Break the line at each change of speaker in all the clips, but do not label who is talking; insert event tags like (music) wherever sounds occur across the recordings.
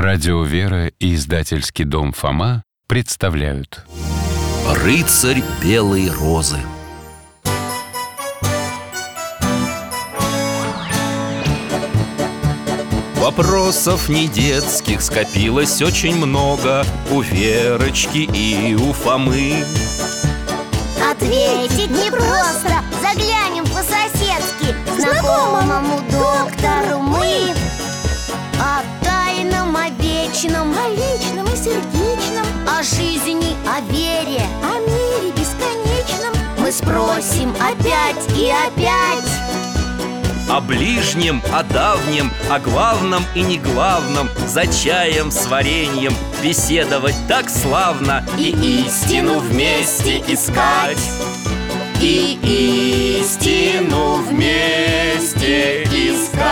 Радио «Вера» и издательский дом «Фома» представляют
Рыцарь белой розы Вопросов не детских скопилось очень много У Верочки и у Фомы
Ответить непросто Заглянем по-соседски к Знакомому доктору мы О тайном, о вечном
О личном и сердечном,
О жизни, о вере
о мире бесконечном
Мы спросим опять и опять
О ближнем, о давнем, о главном и не главном За чаем с вареньем беседовать так славно
И истину вместе искать.
И истину вместе искать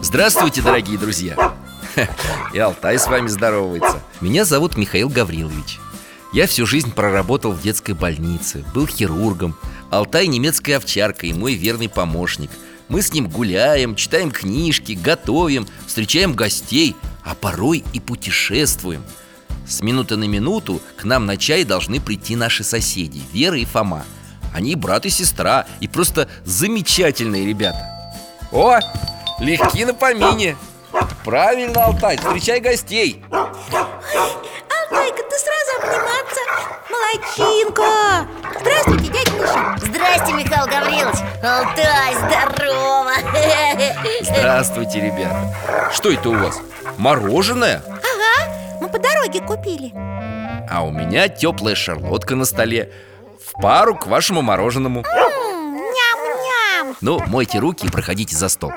Здравствуйте, дорогие друзья! (laughs) И Алтай с вами здоровается Меня зовут Михаил Гаврилович Я всю жизнь проработал в детской больнице Был хирургом Алтай немецкая овчарка и мой верный помощник Мы с ним гуляем, читаем книжки, готовим Встречаем гостей, а порой и путешествуем С минуты на минуту к нам на чай должны прийти наши соседи Вера и Фома Они брат и сестра И просто замечательные ребята О, легки на помине Правильно, Алтай, встречай гостей
Алтайка, ты сразу обниматься Молодчинка Здравствуйте, дядя Миша
Здрасте, Михаил Гаврилович Алтай, здорово
Здравствуйте, ребята Что это у вас? Мороженое?
Ага, мы по дороге купили
А у меня теплая шарлотка на столе В пару к вашему мороженому
М, Ням-ням
Ну, мойте руки и проходите за стол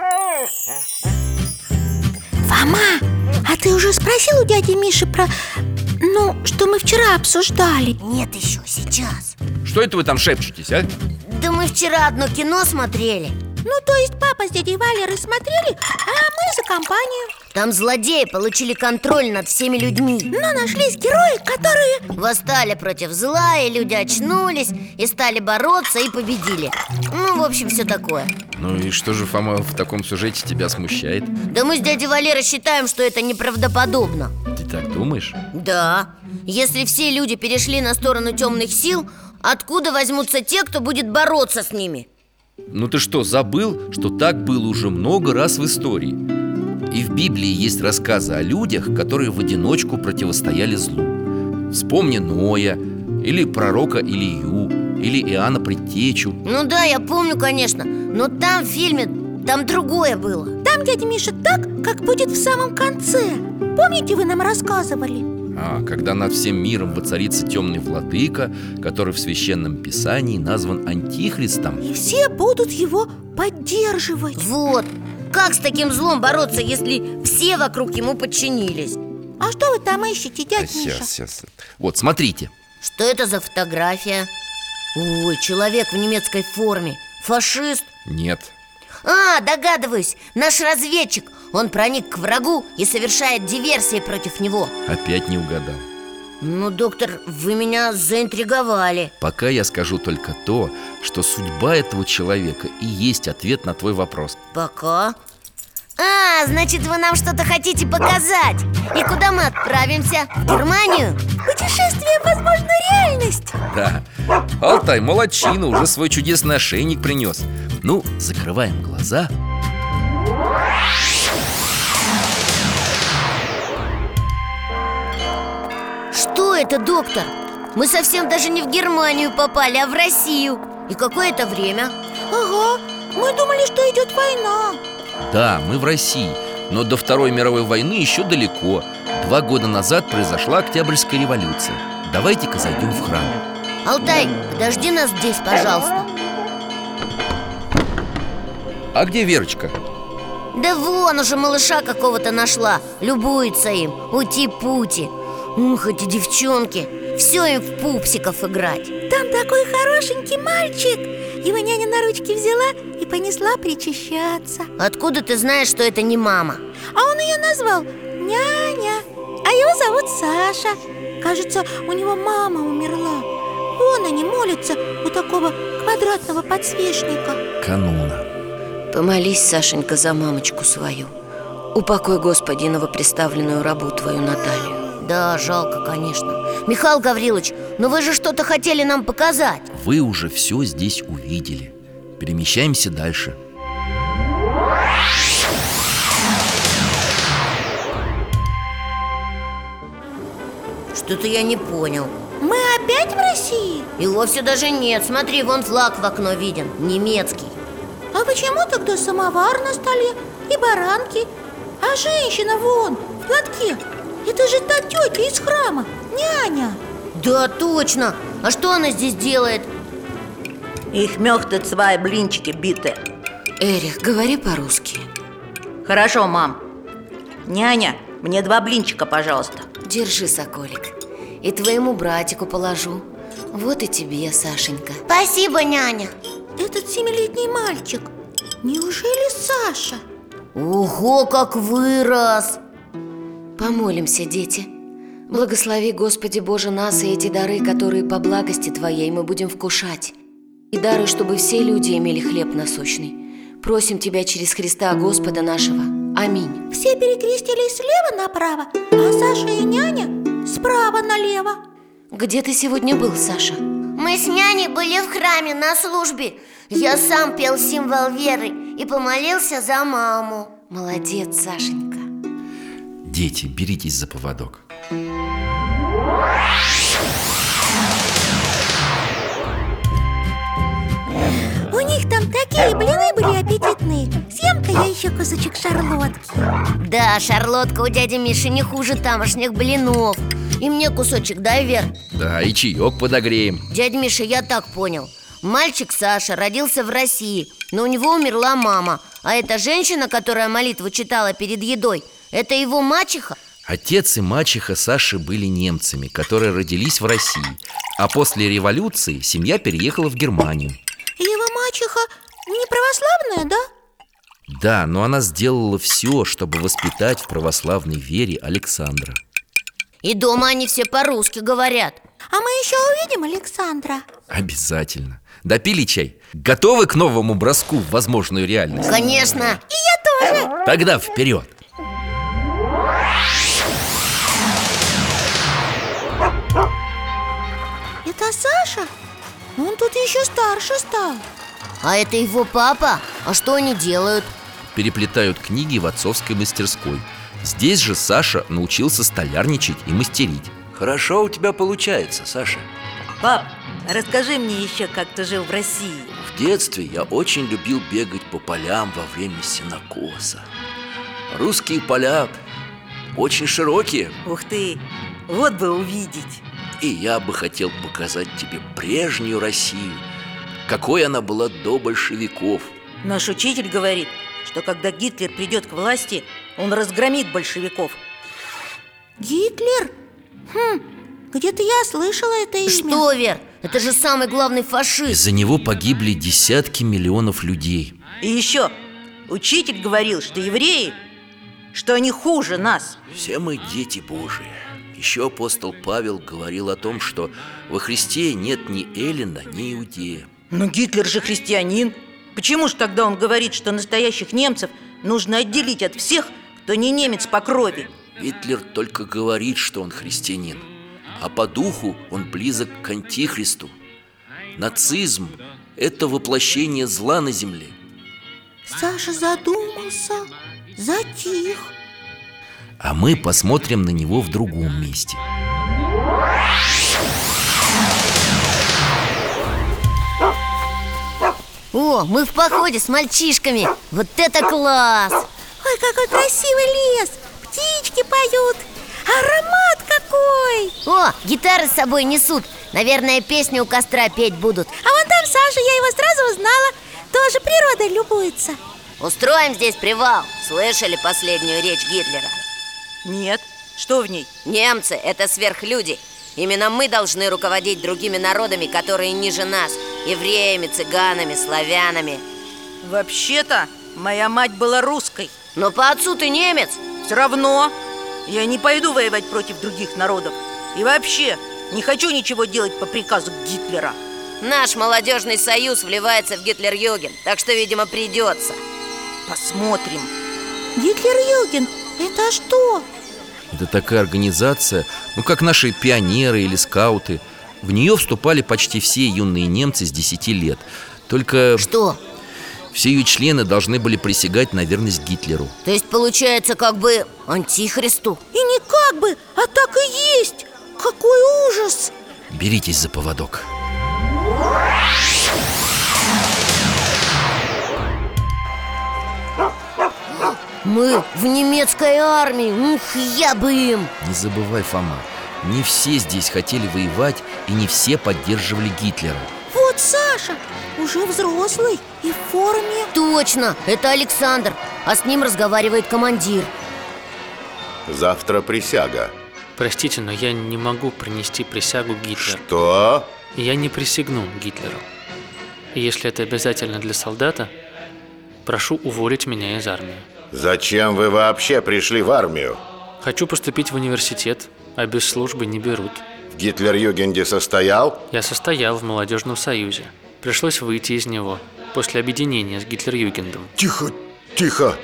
Фома, а ты уже спросил у дяди Миши про... Ну, что мы вчера обсуждали
Нет еще, сейчас
Что это вы там шепчетесь, а?
Да мы вчера одно кино смотрели
Ну, то есть папа с дядей Валерой смотрели, а мы за компанию
Там злодеи получили контроль над всеми людьми
Но нашлись герои, которые...
Восстали против зла, и люди очнулись И стали бороться, и победили Ну, в общем, все такое
Ну и что же, Фома, в таком сюжете тебя смущает?
Да мы с дядей Валерой считаем, что это неправдоподобно
Ты так думаешь?
Да, если все люди перешли на сторону темных сил Откуда возьмутся те, кто будет бороться с ними?
Ну ты что, забыл, что так было уже много раз в истории? И в Библии есть рассказы о людях, которые в одиночку противостояли злу Вспомни Ноя, или пророка Илью, или Иоанна Предтечу
Ну да, я помню, конечно Но там в фильме, там другое было
Там дядя Миша так, как будет в самом конце Помните, вы нам рассказывали?
А когда над всем миром воцарится темный владыка, который в священном писании назван Антихристом
И все будут его поддерживать
Вот, как с таким злом бороться, если все вокруг ему подчинились?
А что вы там ищете, дядя Миша?
сейчас Вот, смотрите
Что это за фотография? Ой, человек в немецкой форме Фашист
Нет
А, догадываюсь, наш разведчик Он проник к врагу и совершает диверсии против него
Опять не угадал
Ну, доктор, вы меня заинтриговали
Пока я скажу только то, что судьба этого человека и есть ответ на твой вопрос
Пока А, значит, вы нам что-то хотите показать И куда мы отправимся? В Германию?
Путешествие в возможную реальность
Да, Алтай, молодчина, уже свой чудесный ошейник принес Ну, закрываем глаза
Что это, доктор? Мы совсем даже не в Германию попали, а в Россию И какое это время?
Ага, мы думали, что идет война
Да, мы в России, но до Второй мировой войны еще далеко Два года назад произошла Октябрьская революция Давайте-ка зайдем в храм
Алтай, подожди нас здесь, пожалуйста
А где Верочка?
Да вон уже малыша какого-то нашла Любуется им, ути-пути Ух, эти девчонки Все им в пупсиков играть
Там такой хорошенький мальчик Его няня на ручки взяла и понесла причащаться
Откуда ты знаешь, что это не мама?
А он ее назвал няня А его зовут Саша Кажется, у него мама умерла Вон они молятся у такого квадратного подсвечника
кануна.
Помолись, Сашенька, за мамочку свою Упокой, Господи, новоприставленную рабу твою Наталью Да, жалко, конечно Михаил Гаврилович, но вы же что-то хотели нам показать
Вы уже все здесь увидели. Перемещаемся дальше.
Что-то я не понял
Мы опять в России?
И вовсе даже нет, смотри, вон флаг в окно виден, немецкий
А почему тогда самовар на столе и баранки? А женщина вон, в платке Это же та тетя из храма, няня
Да, точно, а что она здесь делает?
Их мёхты цвай, блинчики битые
Эрих, говори по-русски
Хорошо, мам Няня, мне два блинчика, пожалуйста
Держи, соколик И твоему братику положу Вот и тебе, Сашенька
Спасибо, няня Этот семилетний мальчик Неужели Саша?
Ого, как вырос! Помолимся, дети. Благослови, Господи Боже, нас и эти дары, которые по благости Твоей мы будем вкушать. И дары, чтобы все люди имели хлеб насущный. Просим Тебя через Христа Господа нашего. Аминь.
Все перекрестились слева направо, а Саша и няня справа налево
Где ты сегодня был, Саша?
Мы с няней были в храме на службе Я сам пел символ веры и помолился за маму
Молодец, Сашенька.
Дети, беритесь за поводок.
У них там такие блины были аппетитные Съем-ка я еще кусочек шарлотки
Да, шарлотка у дяди Миши не хуже тамошних блинов. И мне кусочек, дай, Вер.
Да, и чаек подогреем.
Дядь Миша, я так понял Мальчик Саша родился в России Но у него умерла мама А эта женщина, которая молитву читала перед едой Это его мачеха?
Отец и мачеха Саши были немцами, которые родились в России. А после революции семья переехала в Германию.
Его мачеха не православная, да?
Да, но она сделала все, чтобы воспитать в православной вере Александра.
И дома они все по-русски говорят
А мы еще увидим Александра
Обязательно. Допили чай? Готовы к новому броску в возможную реальность?
Конечно
И я тоже
Тогда вперед!
Это Саша? Ну, Он тут еще старше стал
А это его папа? А что они делают?
Переплетают книги в отцовской мастерской. Здесь же Саша научился столярничать и мастерить. Хорошо у тебя получается, Саша.
Пап, расскажи мне еще, как ты жил в России
В детстве я очень любил бегать по полям во время сенокоса. Русские поля очень широкие,
Ух ты, вот бы увидеть
и я бы хотел показать тебе прежнюю Россию, какой она была до большевиков.
Наш учитель говорит, что когда Гитлер придет к власти, он разгромит большевиков
Гитлер? Хм, где-то я слышала это имя
Что, Вер? Это же самый главный фашист
Из-за него погибли десятки миллионов людей.
И еще, учитель говорил, что евреи, что они хуже нас
Все мы дети Божии. Еще апостол Павел говорил о том, что во Христе нет ни Эллина, ни Иудея.
Но Гитлер же христианин. Почему же тогда он говорит, что настоящих немцев нужно отделить от всех, кто не немец по крови?
Гитлер только говорит, что он христианин, а по духу он близок к антихристу. Нацизм – это воплощение зла на земле.
Саша задумался, затих
А мы посмотрим на него в другом месте.
О, мы в походе с мальчишками Вот это класс!
Ой, какой красивый лес, птички поют Аромат какой!
О, гитары с собой несут Наверное, песню у костра петь будут
А вон там Саша, я его сразу узнала Тоже природой любуется
Устроим здесь привал Слышали последнюю речь Гитлера?
Нет. Что в ней?
Немцы – это сверхлюди. Именно мы должны руководить другими народами, которые ниже нас – евреями, цыганами, славянами.
Вообще-то, моя мать была русской.
Но по отцу ты немец.
Все равно я не пойду воевать против других народов. И вообще, не хочу ничего делать по приказу Гитлера.
Наш молодежный союз вливается в Гитлер-Юген, так что, видимо, придется.
Посмотрим.
Гитлер-Юген, это что?
Это такая организация, ну как наши пионеры или скауты. В нее вступали почти все юные немцы с 10 лет. Только
Что?
все ее члены должны были присягать на верность Гитлеру.
То есть получается как бы антихристу?
И не как бы, а так и есть Какой ужас!
Беритесь за поводок.
Мы в немецкой армии, ух, я бы им!
Не забывай, Фома, не все здесь хотели воевать и не все поддерживали Гитлера.
Вот Саша, уже взрослый и в форме
Точно, это Александр, а с ним разговаривает командир
Завтра присяга.
Простите, но я не могу принести присягу Гитлеру.
Что?
Я не присягну Гитлеру. И если это обязательно для солдата, прошу уволить меня из армии.
Зачем вы вообще пришли в армию?
Хочу поступить в университет, а без службы не берут.
В Гитлер-Югенде состоял?
Я состоял в молодежном союзе. Пришлось выйти из него после объединения с Гитлер-Югендом.
Тихо, тихо.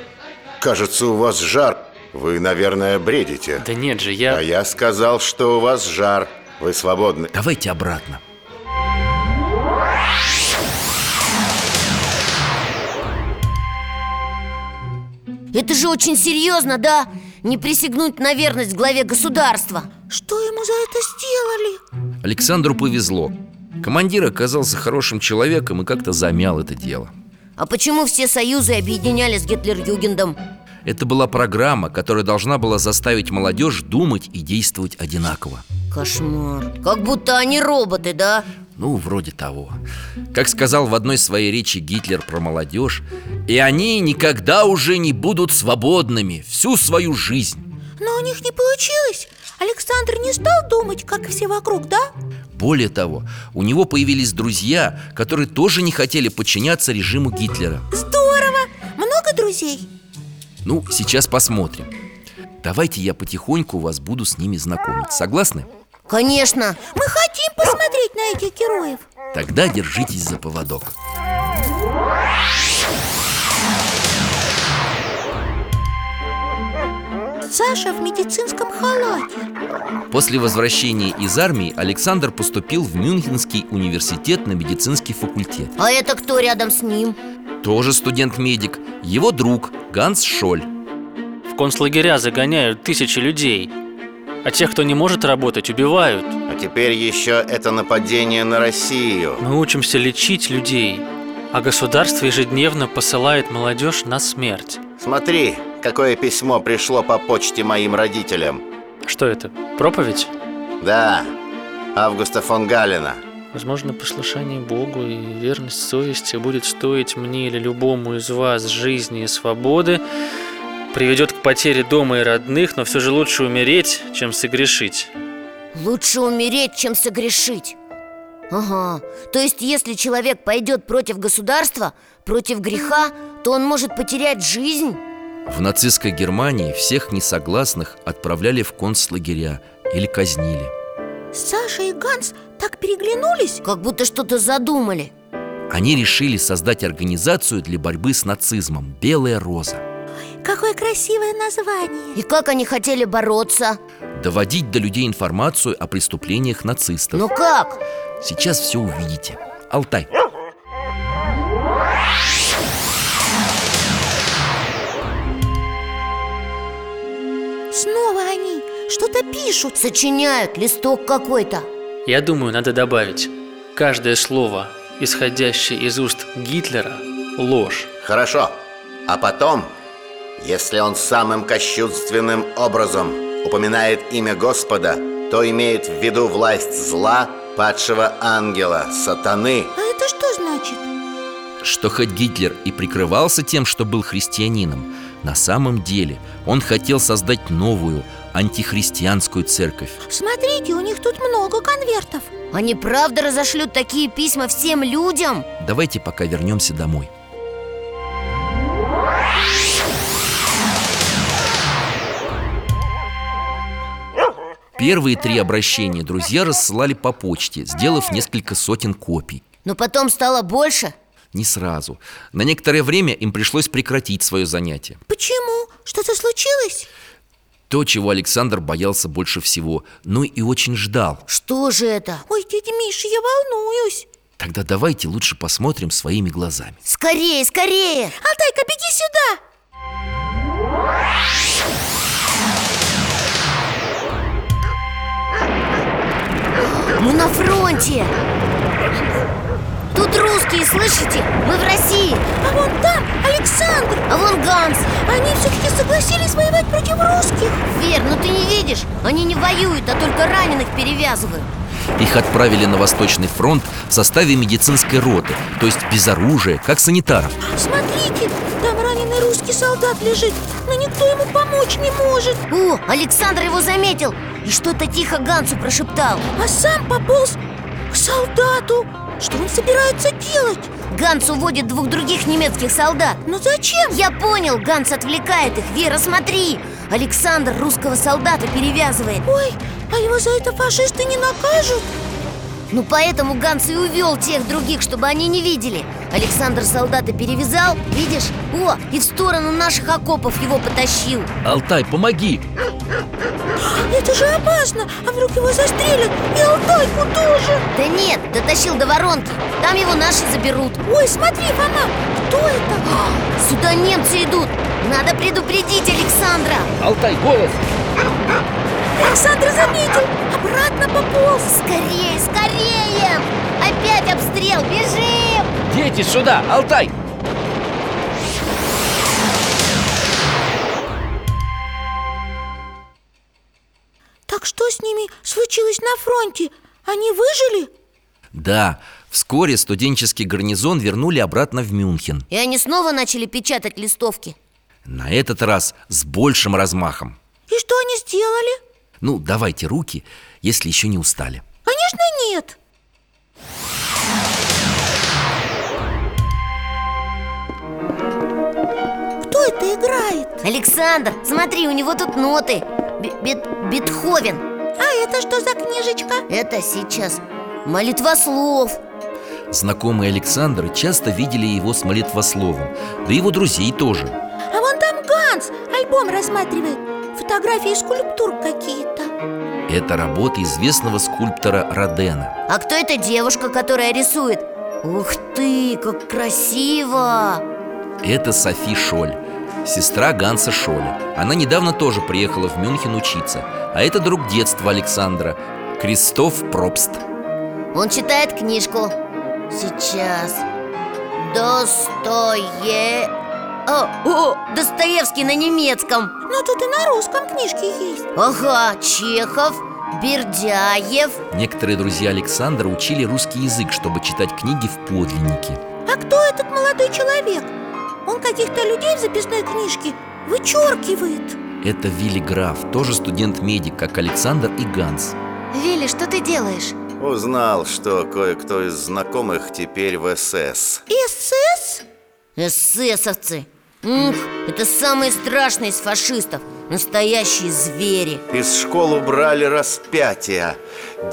Кажется, у вас жар. Вы, наверное, бредите.
Да нет же, я...
А я сказал, что у вас жар. Вы свободны.
Давайте обратно.
Это же очень серьезно, да? Не присягнуть на верность главе государства
Что ему за это сделали?
Александру повезло. Командир оказался хорошим человеком и как-то замял это дело.
А почему все союзы объединяли с Гитлер-Югендом?
Это была программа, которая должна была заставить молодежь думать и действовать одинаково.
Кошмар Как будто они роботы, да?
Ну, вроде того. Как сказал в одной своей речи Гитлер про молодежь, и они никогда уже не будут свободными всю свою жизнь.
Но у них не получилось Александр не стал думать, как все вокруг, да?
Более того, у него появились друзья, которые тоже не хотели подчиняться режиму Гитлера.
Здорово! Много друзей?
Ну, сейчас посмотрим. Давайте я потихоньку вас буду с ними знакомить. Согласны?
Конечно
Мы хотим посмотреть на этих героев
Тогда держитесь за поводок.
Саша в медицинском халате
После возвращения из армии Александр поступил в Мюнхенский университет на медицинский факультет.
А это кто рядом с ним?
Тоже студент-медик, его друг Ганс Шоль.
В концлагеря загоняют тысячи людей. А тех, кто не может работать, убивают.
А теперь еще это нападение на Россию.
Мы учимся лечить людей, а государство ежедневно посылает молодежь на смерть.
Смотри, какое письмо пришло по почте моим родителям.
Что это? Проповедь?
Да, Августа фон Галина.
Возможно, послушание Богу и верность совести будет стоить мне или любому из вас жизни и свободы, приведет к потере дома и родных, но все же лучше умереть, чем согрешить.
Лучше умереть, чем согрешить Ага, то есть если человек пойдет против государства, против греха, то он может потерять жизнь?
В нацистской Германии всех несогласных отправляли в концлагеря или казнили.
Саша и Ганс так переглянулись
Как будто что-то задумали
Они решили создать организацию для борьбы с нацизмом «Белая роза»,
Какое красивое название
И как они хотели бороться?
доводить до людей информацию о преступлениях нацистов.
Ну как?
Сейчас все увидите. Алтай,
Снова они что-то пишут
Сочиняют листок какой-то
Я думаю, надо добавить, каждое слово, исходящее из уст Гитлера, ложь.
Хорошо. А потом, если он самым кощунственным образом упоминает имя Господа, то имеет в виду власть зла, падшего ангела, сатаны.
А это что значит?
что хоть Гитлер и прикрывался тем, что был христианином, на самом деле он хотел создать новую антихристианскую церковь.
Смотрите, у них тут много конвертов
Они правда разошлют такие письма всем людям?
Давайте пока вернемся домой. Первые три обращения друзья рассылали по почте, сделав несколько сотен копий.
Но потом стало больше
Не сразу. На некоторое время им пришлось прекратить свое занятие.
Почему? Что-то случилось?
То, чего Александр боялся больше всего, но и очень ждал.
Что же это?
Ой, дядя Миша, я волнуюсь
Тогда давайте лучше посмотрим своими глазами.
Скорее, скорее
Алтайка, беги сюда!
Мы на фронте Тут русские, слышите? Мы в России
А вон там Александр!
А вон Ганс
Они все-таки согласились воевать против русских
Вер, ну ты не видишь? Они не воюют, а только раненых перевязывают
Их отправили на Восточный фронт в составе медицинской роты, то есть без оружия, как санитаров.
Смотрите, там раненый русский солдат лежит Но никто ему помочь не может
О, Александр его заметил И что-то тихо Гансу прошептал
А сам пополз к солдату Что он собирается делать?
Ганс уводит двух других немецких солдат
Но зачем?
Я понял, Ганс отвлекает их Вера, смотри Александр русского солдата перевязывает
Ой, а его за это фашисты не накажут?
Ну поэтому Ганс и увел тех других, чтобы они не видели Александр солдата перевязал, видишь? О, и в сторону наших окопов его потащил
Алтай, помоги!
(gasps) Это же опасно, а вдруг его застрелят и Алтайку тоже
Да нет, дотащил до воронки Там его наши заберут
Ой, смотри, Фома, кто это?
(gasps) Сюда немцы идут Надо предупредить Александра
Алтай, голос!
Александр заметил, обратно пополз
Скорее, скорее Опять обстрел, бежим
Дети, сюда! Алтай!
Так что с ними случилось на фронте? Они выжили?
Да, вскоре студенческий гарнизон вернули обратно в Мюнхен.
И они снова начали печатать листовки
На этот раз с большим размахом.
И что они сделали?
Ну, давайте руки, если еще не устали.
Конечно, нет Кто это играет?
Александр, смотри, у него тут ноты Бе- бет- Бетховен
А это что за книжечка?
Это сейчас молитва слов
Знакомые Александра часто видели его с молитвословом, да его друзей тоже.
А вон там Ганс альбом рассматривает Фотографии и скульптур какие-то
Это работа известного скульптора Родена.
А кто эта девушка, которая рисует? Ух ты, как красиво!
Это Софи Шоль, сестра Ганса Шоля. Она недавно тоже приехала в Мюнхен учиться, а это друг детства Александра, Кристоф Пробст.
Он читает книжку. Сейчас. Достое... О, о, Достоевский на немецком.
Но тут и на русском книжке есть
Ага, Чехов, Бердяев.
Некоторые друзья Александра учили русский язык, чтобы читать книги в подлиннике.
А кто этот молодой человек? Он каких-то людей в записной книжке вычеркивает
Это Вилли Граф, тоже студент-медик, как Александр и Ганс.
Вилли, что ты делаешь?
Узнал, что кое-кто из знакомых теперь в СС
СС?
Эсэсовцы. Ух, это самые страшные из фашистов. Настоящие звери.
Из школ убрали распятия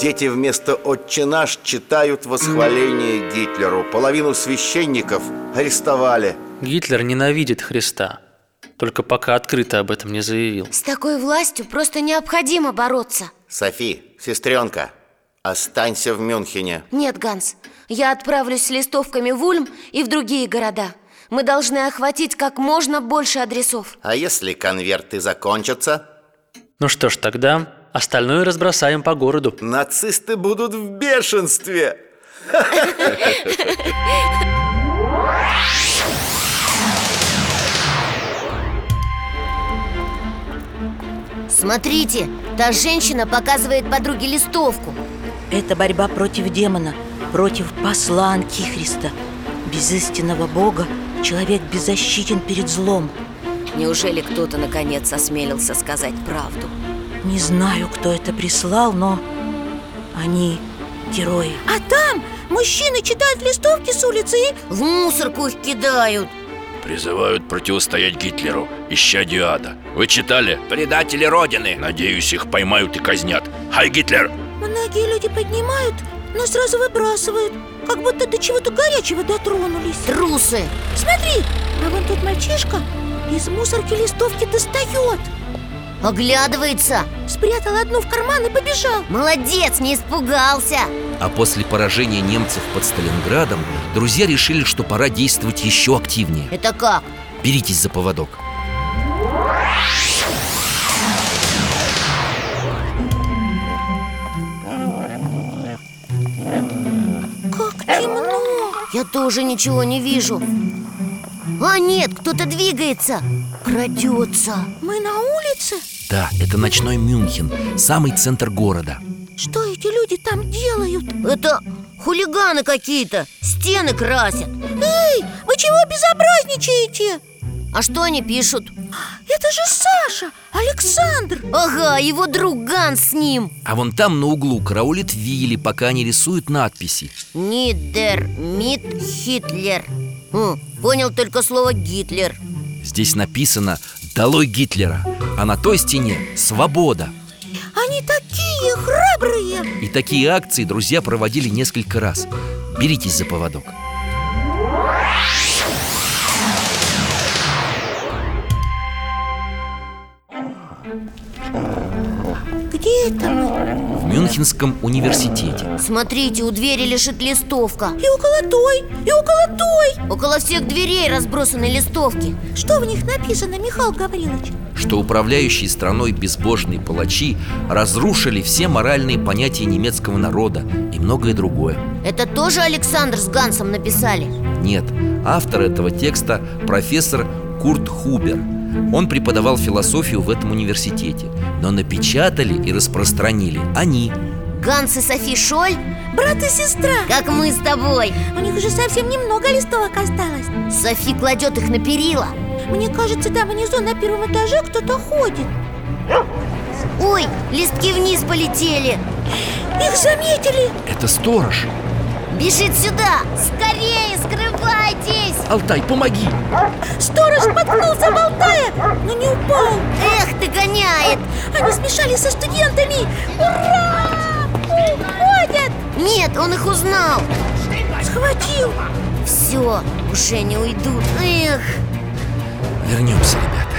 Дети вместо «Отче наш» читают восхваление Гитлеру Половину священников арестовали
Гитлер ненавидит Христа, только пока открыто об этом не заявил.
С такой властью просто необходимо бороться.
Софи, сестренка, останься в Мюнхене
Нет, Ганс, я отправлюсь с листовками в Ульм и в другие города. Мы должны охватить как можно больше адресов.
А если конверты закончатся?
Ну что ж, тогда остальное разбросаем по городу.
Нацисты будут в бешенстве
Смотрите, та женщина показывает подруге листовку.
Это борьба против демона, против посла Антихриста. Без истинного Бога человек беззащитен перед злом.
Неужели кто-то наконец осмелился сказать правду?
Не знаю, кто это прислал, но они герои.
А там мужчины читают листовки с улицы и...
В мусорку их кидают.
Призывают противостоять Гитлеру, ища Диада Вы читали? Предатели Родины Надеюсь, их поймают и казнят Хай, Гитлер!
Многие люди поднимают, но сразу выбрасывают Как будто до чего-то горячего дотронулись
Трусы!
Смотри, а вон тут мальчишка из мусорки листовки достает
Оглядывается!
Спрятал одну в карман и побежал
Молодец, не испугался!
А после поражения немцев под Сталинградом друзья решили, что пора действовать еще активнее.
Это как?
Беритесь за поводок.
Как темно
Я тоже ничего не вижу А нет, кто-то двигается Крадется
Мы на улице?
Да, это ночной Мюнхен, самый центр города.
Что эти люди там делают?
Это хулиганы какие-то Стены красят
Эй, вы чего безобразничаете?
А что они пишут?
Это же Саша, Александр
Ага, его друг Ганс с ним
А вон там на углу караулит Вилли, пока не рисуют надписи.
Нидер Мит Хитлер М, Понял только слово Гитлер
Здесь написано «Долой Гитлера», а на той стене «Свобода».
Они такие храбрые
И такие акции друзья проводили несколько раз. Беритесь за поводок.
Где это мы?
В Мюнхенском университете.
Смотрите, у двери лежит листовка
И около той, и около той
Около всех дверей разбросаны листовки
Что в них написано, Михаил Гаврилович?
что управляющие страной безбожные палачи разрушили все моральные понятия немецкого народа и многое другое.
Это тоже Александр с Гансом написали?
Нет, автор этого текста – профессор Курт Хубер. Он преподавал философию в этом университете, но напечатали и распространили они.
Ганс и Софи Шоль?
Брат и сестра
Как мы с тобой
У них уже совсем немного листовок осталось
Софи кладет их на перила
Мне кажется, там внизу на первом этаже кто-то ходит
Ой, листки вниз полетели
Их заметили
Это сторож.
Бежит сюда Скорее, скрывайтесь
Алтай, помоги!
Сторож споткнулся, болтая, но не упал
Эх, догоняет
Они смешались со студентами Ура! Уходят!
Нет, он их узнал
Схватил
Все, уже не уйдут Эх,
Вернемся, ребята.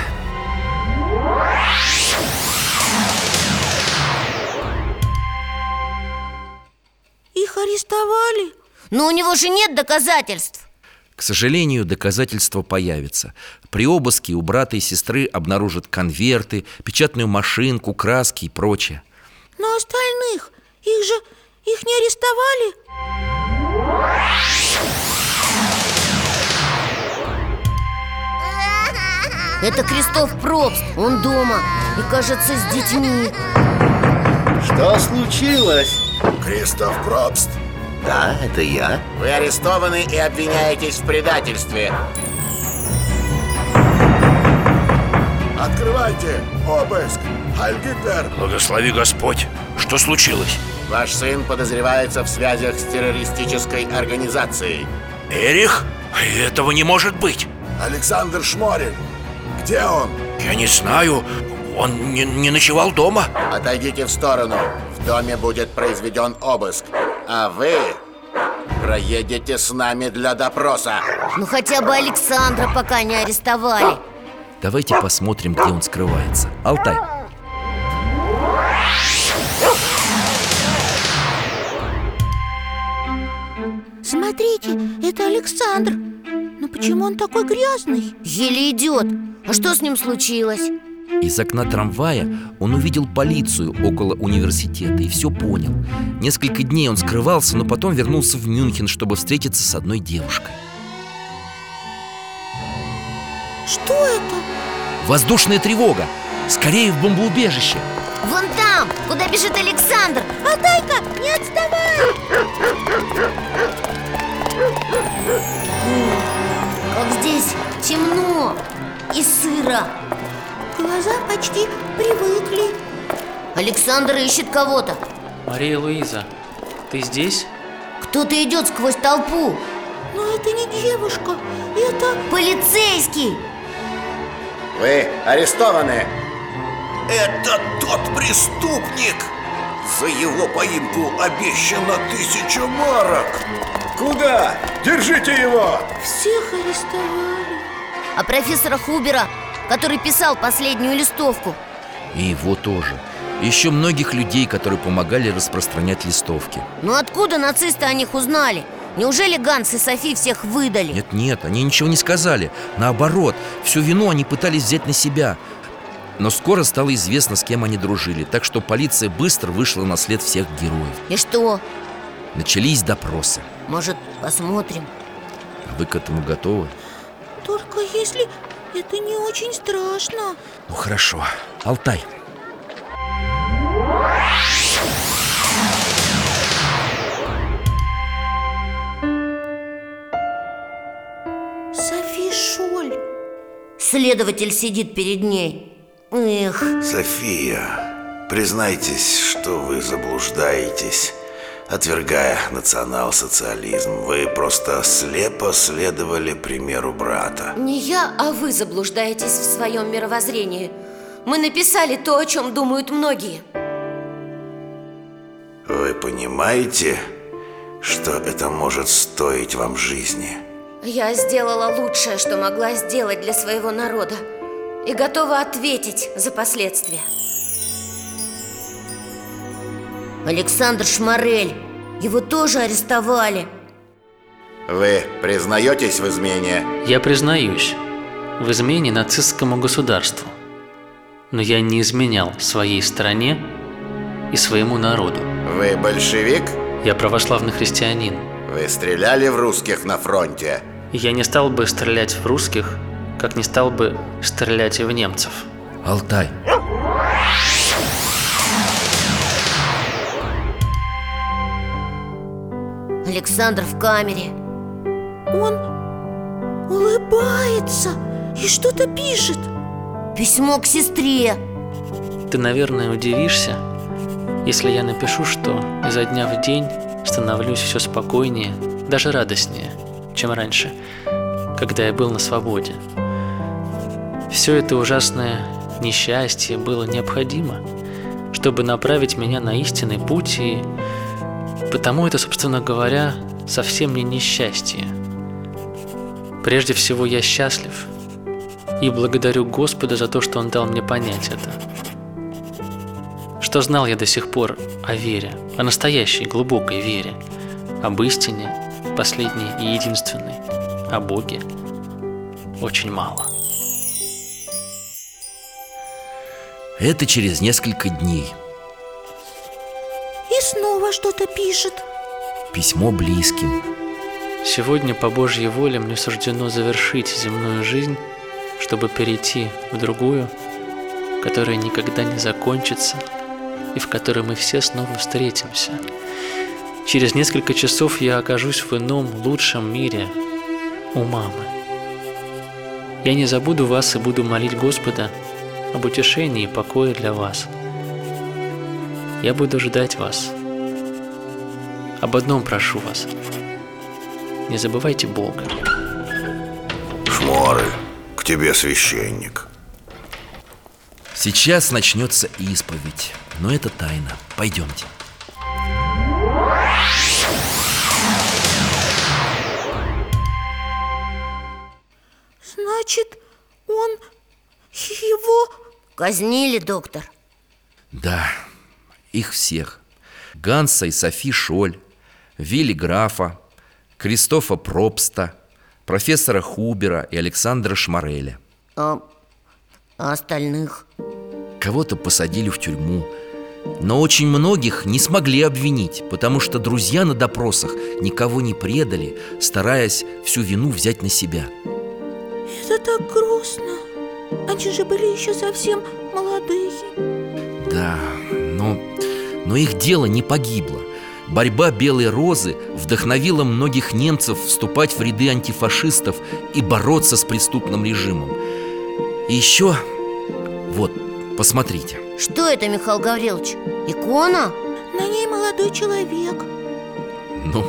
Их арестовали
но у него же нет доказательств
К сожалению, доказательства появятся. При обыске у брата и сестры обнаружат конверты, печатную машинку, краски и прочее.
Но остальных, их же, их не арестовали
Это Кристоф Пробст, он дома И кажется, с детьми
Что случилось?
Кристоф Пробст
Да, это я. Вы арестованы и обвиняетесь в предательстве.
Открывайте обыск Хайль Гитлер
Благослови Господь Что случилось?
Ваш сын подозревается в связях с террористической организацией.
Эрих? Этого не может быть
Александр Шморин Где он?
Я не знаю Он не, не ночевал дома
Отойдите в сторону. В доме будет произведен обыск. А вы проедете с нами для допроса.
Ну хотя бы Александра пока не арестовали
Давайте посмотрим, где он скрывается. Алтай.
Смотрите, это Александр Но почему он такой грязный?
Еле идет А что с ним случилось?
Из окна трамвая он увидел полицию около университета и все понял. Несколько дней он скрывался, но потом вернулся в Мюнхен, чтобы встретиться с одной девушкой.
Что это?
Воздушная тревога! Скорее в бомбоубежище!
Вон там, куда бежит Александр А
Отдай-ка, не отставай!
Как здесь темно и сыро
Глаза почти привыкли
Александр ищет кого-то
Мария Луиза, ты здесь?
Кто-то идет сквозь толпу
Но это не девушка, это...
Полицейский!
Вы арестованы!
Это тот преступник! За его поимку обещано тысяча марок! Куда? Держите его!
Всех арестовали
А профессора Хубера, который писал последнюю листовку
И его тоже И Еще многих людей, которые помогали распространять листовки
Но Ну откуда нацисты о них узнали? Неужели Ганс и Софи всех выдали?
Нет, нет, они ничего не сказали Наоборот, всю вину они пытались взять на себя Но скоро стало известно, с кем они дружили Так что полиция быстро вышла на след всех героев
И что?
Начались допросы
Может, посмотрим?
А Вы к этому готовы?
Только если это не очень страшно
Ну хорошо, Алтай
Софи Шоль
Следователь сидит перед ней Эх,
София, признайтесь, что вы заблуждаетесь. Отвергая национал-социализм, вы просто слепо следовали примеру брата.
Не я, а вы заблуждаетесь в своем мировоззрении. Мы написали то, о чем думают многие.
Вы понимаете, что это может стоить вам жизни?
Я сделала лучшее, что могла сделать для своего народа. И готова ответить за последствия.
Александр Шмарель Его тоже арестовали
Вы признаетесь в измене?
Я признаюсь в измене нацистскому государству. Но я не изменял своей стране и своему народу.
Вы большевик?
Я православный христианин.
Вы стреляли в русских на фронте?
Я не стал бы стрелять в русских, как не стал бы стрелять и в немцев.
Алтай
Александр в камере
Он улыбается и что-то пишет
Письмо к сестре
Ты, наверное, удивишься, если я напишу, что изо дня в день становлюсь все спокойнее, даже радостнее, чем раньше, когда я был на свободе. Все это ужасное несчастье было необходимо, чтобы направить меня на истинный путь, и потому это, собственно говоря, совсем не несчастье. Прежде всего, я счастлив и благодарю Господа за то, что Он дал мне понять это – что знал я до сих пор о вере, о настоящей глубокой вере, об истине, последней и единственной, о Боге, очень мало.
Это через несколько дней
И снова что-то пишет
Письмо близким
Сегодня по Божьей воле мне суждено завершить земную жизнь, чтобы перейти в другую, которая никогда не закончится и в которой мы все снова встретимся. Через несколько часов я окажусь в ином, лучшем мире у мамы. Я не забуду вас и буду молить Господа об утешении и покое для вас. Я буду ждать вас. Об одном прошу вас. Не забывайте Бога.
Шморы, к тебе священник.
Сейчас начнется исповедь, но это тайна. Пойдемте.
Значит, он его...
Казнили, доктор
Да, их всех. Ганса и Софи Шоль, Вилли Графа, Кристофа Пробста, профессора Хубера и Александра Шмареля.
А, а остальных?
Кого-то посадили в тюрьму, но очень многих не смогли обвинить, потому что друзья на допросах никого не предали, стараясь всю вину взять на себя.
Это так грустно Они же были еще совсем молодые
Да, но, но их дело не погибло. Борьба Белой Розы вдохновила многих немцев вступать в ряды антифашистов и бороться с преступным режимом. И еще, вот, посмотрите.
Что это, Михаил Гаврилович? Икона?
На ней молодой человек
Ну,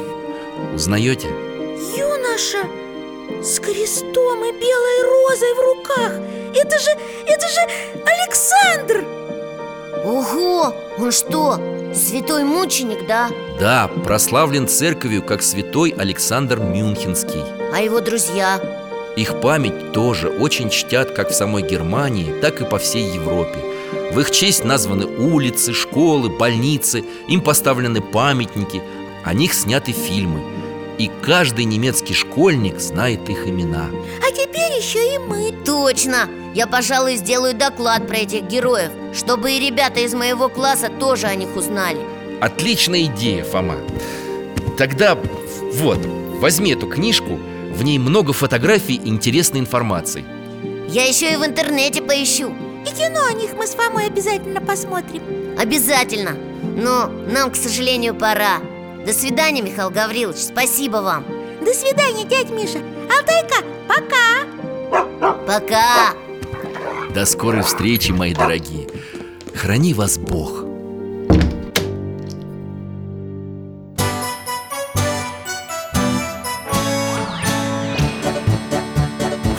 узнаете?
Юная Саша! С крестом и белой розой в руках! Это же, это же Александр!
Ого! Он что, святой мученик, да?
Да, прославлен церковью как святой Александр Мюнхенский
А его друзья?
Их память тоже очень чтят как в самой Германии, так и по всей Европе. В их честь названы улицы, школы, больницы, им поставлены памятники, о них сняты фильмы. И каждый немецкий школьник знает их имена.
А теперь еще и мы
Точно! Я, пожалуй, сделаю доклад про этих героев Чтобы и ребята из моего класса тоже о них узнали
Отличная идея, Фома. Тогда вот, возьми эту книжку, в ней много фотографий и интересной информации.
Я еще и в интернете поищу
И кино о них мы с Фомой обязательно посмотрим
Обязательно Но нам, к сожалению, пора До свидания, Михаил Гаврилович Спасибо вам
До свидания, дядь Миша Алтайка, пока!
Пока!
До скорой встречи, мои дорогие. Храни вас Бог.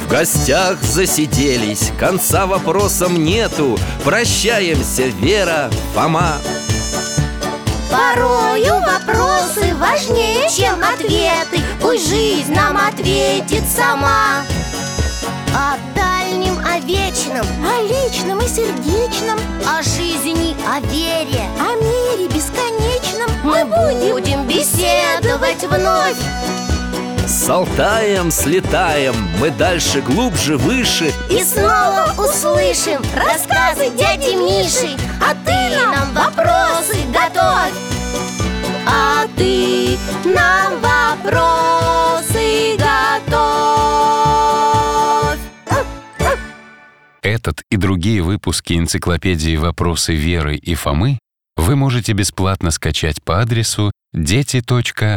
В гостях засиделись, конца вопросам нету. Прощаемся, Вера, Фома.
Порою вопросы важнее, чем ответы Пусть жизнь нам ответит сама О дальнем, о вечном,
О личном и сердечном,
о жизни, о вере
о мире бесконечном
Мы будем беседовать вновь
С Алтаем слетаем, мы дальше, глубже, выше.
И снова услышим рассказы дяди Миши А ты нам вопросы готовь А ты нам вопросы готовь
Этот и другие выпуски энциклопедии «Вопросы Веры и Фомы» вы можете бесплатно скачать по адресу дети.радиовера.ру.